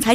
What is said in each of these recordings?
财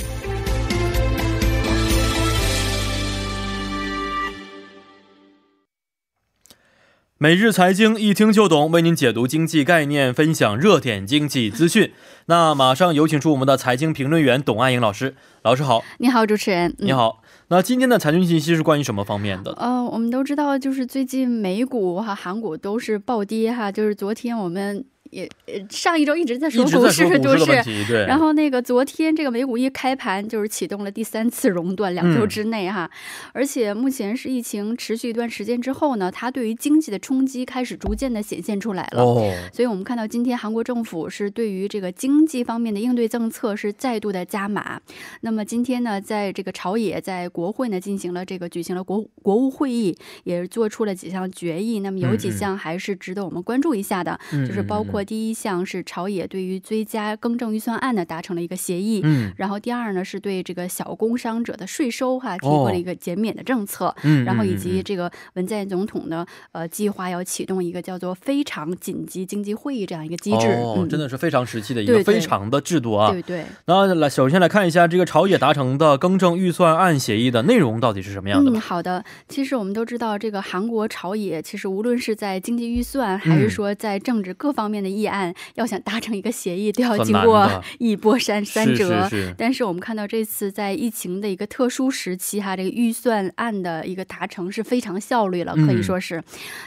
每日财经一听就懂，为您解读经济概念，分享热点经济资讯。那马上有请出我们的财经评论员董爱颖老师，老师好，你好，主持人。你好。好。那今天的财经信息是关于什么方面的？呃，我们都知道，就是最近美股和韩股都是暴跌哈，就是昨天我们也也上一周一直在一说直股在说市，股就市的问是。题，对。然后那个昨天这个美股一开盘就是启动了第三次熔断，两嗯周之内哈、而且目前是疫情持续一段时间之后呢，它对于经济的冲击开始逐渐的显现出来了。哦，所以我们看到今天韩国政府是对于这个经济方面的应对政策是再度的加码。那么今天呢，在这个朝野在国会呢进行了这个举行了国国务会议，也做出了几项决议。那么有嗯几嗯项还是值得我们关注一下的，嗯就是包括第一项是朝野对于追加更正预算案呢达成了一个协议。嗯然后第二呢，是对这个小工商者的税收哈、提供哦了一个减免的政策。嗯，然后以嗯及嗯这个文在寅总统呢，呃，计划要启动一个叫做非常紧急经济会议这样一个机制。哦嗯，，真的是非常时期的一对个对非常的制度啊。对对。那来，首先来看一下这个朝野达成的更正预算案协议的内容到底是什么样的嗯，吧？好的。其实我们都知道，这个韩国朝野其实无论是在经济预算，还是嗯说在政治各方面的议案，要想达成一个协议，都要很经难的过一波三三是折。是是，但是我们看到这次在疫情的一个特殊时期哈，这个预算案的一个达成是非常效率了，嗯可以说是。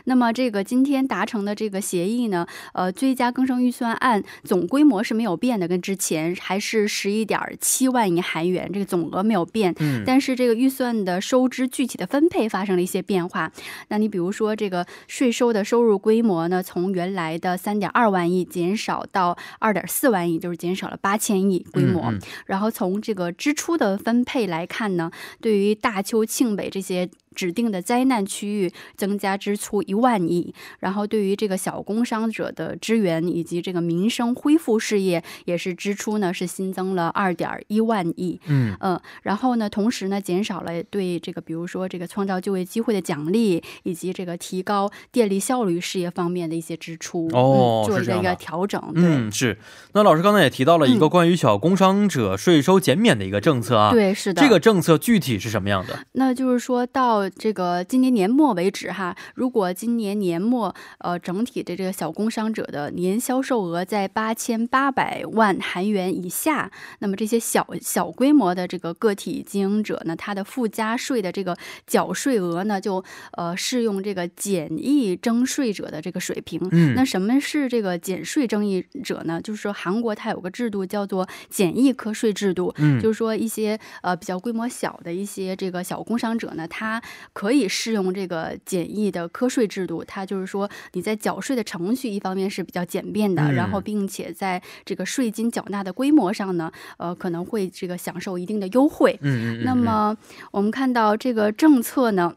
那么这个今天达成的这个协议呢，呃，追加更生预算案总规模是没有变的，跟之前还是十一点七万亿韩元，这个总额没有变。嗯，但是这个预算的收支具体的分配发生了一些变化。那你比如说这个税收的收入规模呢，从原来的三点二万亿减少到二点四万亿，就是减少了八千亿规模。嗯嗯然后从这个支出的分配来看呢，对于大邱、庆北这些。指定的灾难区域增加支出一万亿，然后对于这个小工伤者的支援以及这个民生恢复事业也是支出呢是新增了二点一万亿，嗯嗯，然后呢，同时呢，减少了对这个，比如说这个创造就业机会的奖励，以及这个提高电力效率事业方面的一些支出，哦嗯、做是了这样一个的调整，对。嗯嗯，是。那老师刚才也提到了一个关于小工商者税收减免的一个政策啊，对，是的，这个政策具体是什么样的？那就是说到这个今年年末为止哈，如果今年年末呃整体的这个小工商者的年销售额在八千八百万韩元以下，那么这些小小规模的这个个体经营者呢，它的附加税的这个缴税额呢，就呃适用这个简易征税者的这个水平。嗯那什么是这个减税争议者呢？就是说韩国它有个制度叫做简易课税制度，嗯就是说一些呃比较规模小的一些这个小工商者呢，他可以适用这个简易的科税制度。它就是说你在缴税的程序一方面是比较简便的，嗯然后并且在这个税金缴纳的规模上呢，呃可能会这个享受一定的优惠。嗯嗯嗯。那么我们看到这个政策呢，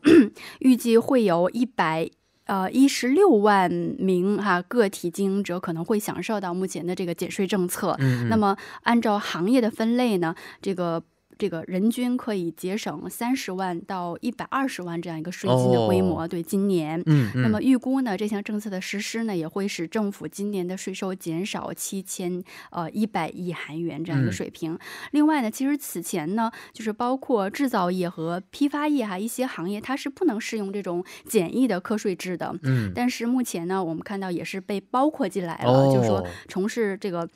预计会有一百。呃，一十六万名哈、个体经营者可能会享受到目前的这个减税政策。嗯，嗯那么按照行业的分类呢，这个这个人均可以节省三十万到一百二十万这样一个税金的规模，对，今年。哦嗯嗯，那么预估呢，这项政策的实施呢，也会使政府今年的税收减少七千呃一百亿韩元这样一嗯个水平。另外呢，其实此前呢，就是包括制造业和批发业啊哈一些行业，它是不能适用这种简易的课税制的。嗯但是目前呢，我们看到也是被包括进来了，哦就是说从事这个。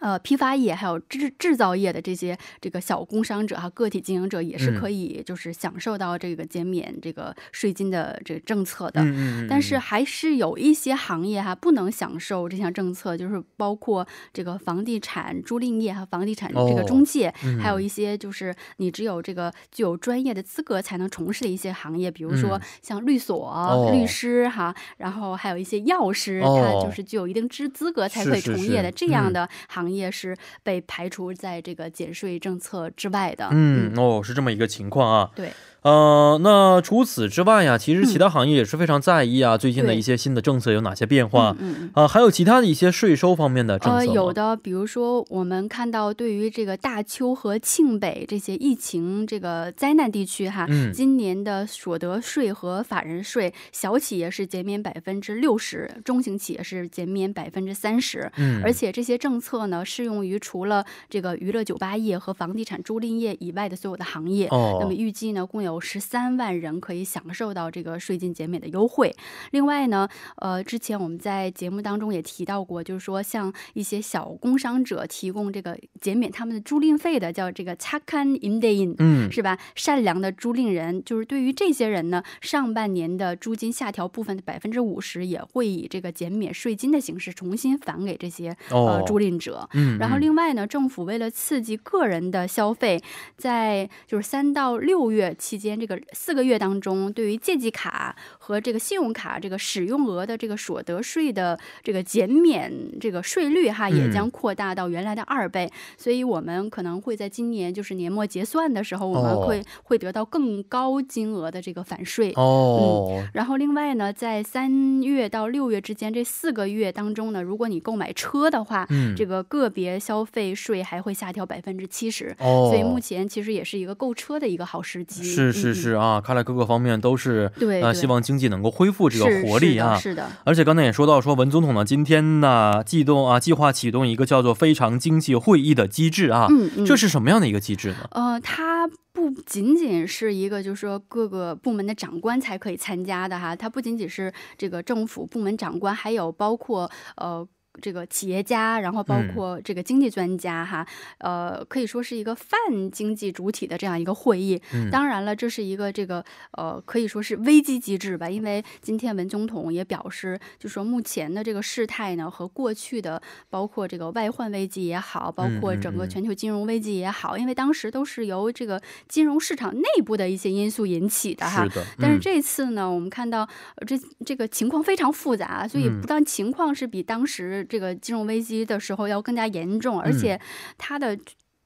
呃，批发业还有制制造业的这些这个小工商者哈，个体经营者也嗯是可以就是享受到这个减免这个税金的这个政策的。嗯嗯，但是还是有一些行业哈、不能享受这项政策，就是包括这个房地产租赁业和房地产这个哦中介，嗯还有一些就是你只有这个具有专业的资格才能从事的一些行业，比如说嗯像律所、哦律师哈，然后还有一些药师，哦他就是具有一定资资格才是可以是从是业的，这样嗯的行业是被排除在这个减税政策之外的。嗯嗯嗯哦是这么一个情况啊。对，呃，那除此之外啊呀，其实嗯其他行业也是非常在意啊，最近的对一些新的政策有哪些变化啊、嗯嗯嗯还有其他的一些税收方面的政策吗、呃，有的，比如说我们看到，对于这个大邱和庆北这些疫情这个灾难地区哈，嗯今年的所得税和法人税，小企业是减免百分之六十，中型企业是减免百分之三十。嗯，而且这些政策呢，适用于除了这个娱乐酒吧业和房地产租赁业以外的所有的行业。哦，那么预计呢，共有十三万人可以享受到这个税金减免的优惠。另外呢，呃，之前我们在节目当中也提到过，就是说像一些小工商者提供这个减免他们的租赁费的，叫这个 “chakan i n d e i n 嗯，是吧？善良的租赁人，就是对于这些人呢，上半年的租金下调部分的百分之五十，也会以这个减免税金的形式重新返给这些、哦呃，租赁者。嗯，然后嗯另外呢，政府为了刺激个人的消费，在就是三到六月期间这个四个月当中，对于借记卡和这个信用卡这个使用额的这个所得税的这个减免这个税率哈，也嗯将扩大到原来的二倍。所以我们可能会在今年就是年末结算的时候，我哦们会、会得到更高金额的这个返税。哦，然后另外呢，在三月到六月之间这四个月当中呢，如果你购买车的话，嗯，这个个别消费税还会下调百分之七十，哦，所以目前其实也是一个购车的一个好时机。是嗯是是嗯啊，看来各个方面都是对呃，对希望经济能够恢复这个是活力啊。是的，是的而且刚才也说到，说文总统呢，今天呢，计动啊，计划启动一个叫做非常经济会议的机制啊，嗯嗯，这是什么样的一个机制呢？呃，它不仅仅是一个，就是说各个部门的长官才可以参加的哈，它不仅仅是这个政府部门长官，还有包括呃。这个企业家，然后包嗯括这个经济专家哈，呃，可以说是一个泛经济主体的这样一个会议。嗯当然了，这是一个这个呃，可以说是危机机制吧，因为今天文总统也表示，就说目前的这个事态呢，和过去的包括这个外患危机也好，包嗯括嗯整个嗯全球金融危机也好，因为当时都是由这个金融市场内部的一些因素引起的哈。是的，但是嗯这次呢，我们看到呃这这个情况非常复杂，所以嗯不但情况是比当时这个金融危机的时候要更加严重，而嗯且它的。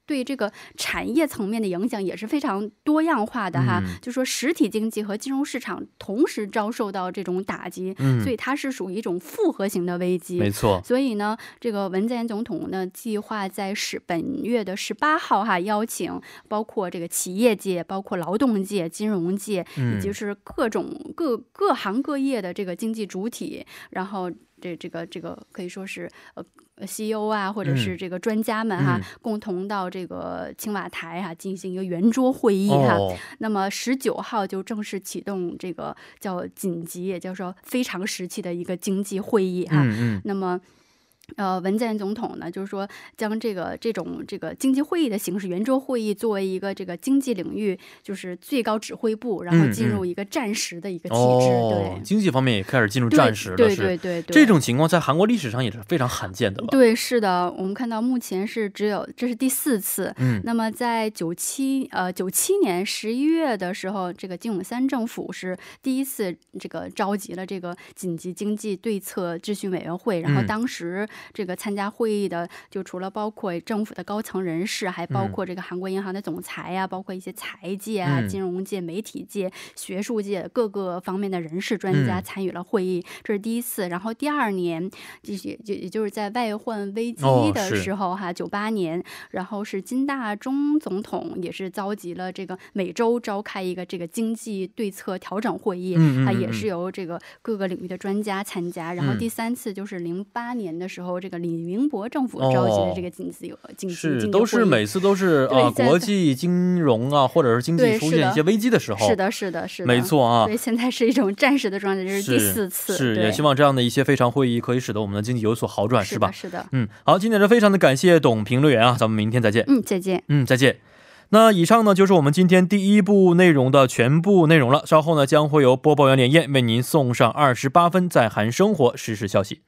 对这个产业层面的影响也是非常多样化的哈，嗯就说实体经济和金融市场同时遭受到这种打击，嗯所以它是属于一种复合型的危机。没错，所以呢，这个文在寅总统呢，计划在十本月的十八号哈，邀请包括这个企业界、包括劳动界、金融界，以及嗯是各种各各行各业的这个经济主体，然后这这个这个可以说是呃。CEO 啊，或者是嗯这个专家们哈，嗯共同到这个青瓦台哈、进行一个圆桌会议哈、哦，那么十九号就正式启动这个叫紧急，也叫做非常时期的一个经济会议哈、嗯嗯那么。呃，文在寅总统呢，就是说将这个这种这个经济会议的形式，圆桌会议作为一个这个经济领域就是最高指挥部，然后嗯进入嗯一个战时的一个体制，哦，经济方面也开始进入对，战时了，对是对对对，这种情况在韩国历史上也是非常罕见的了。对是的，我们看到目前是只有这是第四次，嗯，那么在九七呃九七年十一月的时候，这个金泳三政府是第一次这个召集了这个紧急经济对策咨询委员会，然后嗯当时这个参加会议的就除了包括政府的高层人士，还包嗯括这个韩国银行的总裁呀、包括一些财界啊、嗯金融界、媒体界、学术界各个方面的人士专家嗯参与了会议，这是第一次。然后第二年，就是也也就是在外患危机哦的是时候哈，九八、年然后是金大中总统也是召集了这个每周召开一个这个经济对策调整会议，嗯嗯它嗯也是嗯由这个各个领域的专家参加。然后嗯第三次就是零八年的时候，这个李明博政府召集哦的这个紧急、紧急经济是，会都是议每次都是对啊，现在国际金融啊，或者是经济对出是现的一些危机的时候，是的，是的，是的，没。错啊。对，现在是一种暂时的状态，这是第四次，是对也希望这样的一些非常会议可以使得我们的经济有所好转，是是的，吧？是的，嗯，好，今天是非常的感谢董评论员啊，咱们明天再见。嗯，再见。嗯，再见。那以上呢就是我们今天第一部内容的全部内容了。稍后呢将会由播报员连燕为您送上二十八分在韩生活实时消息。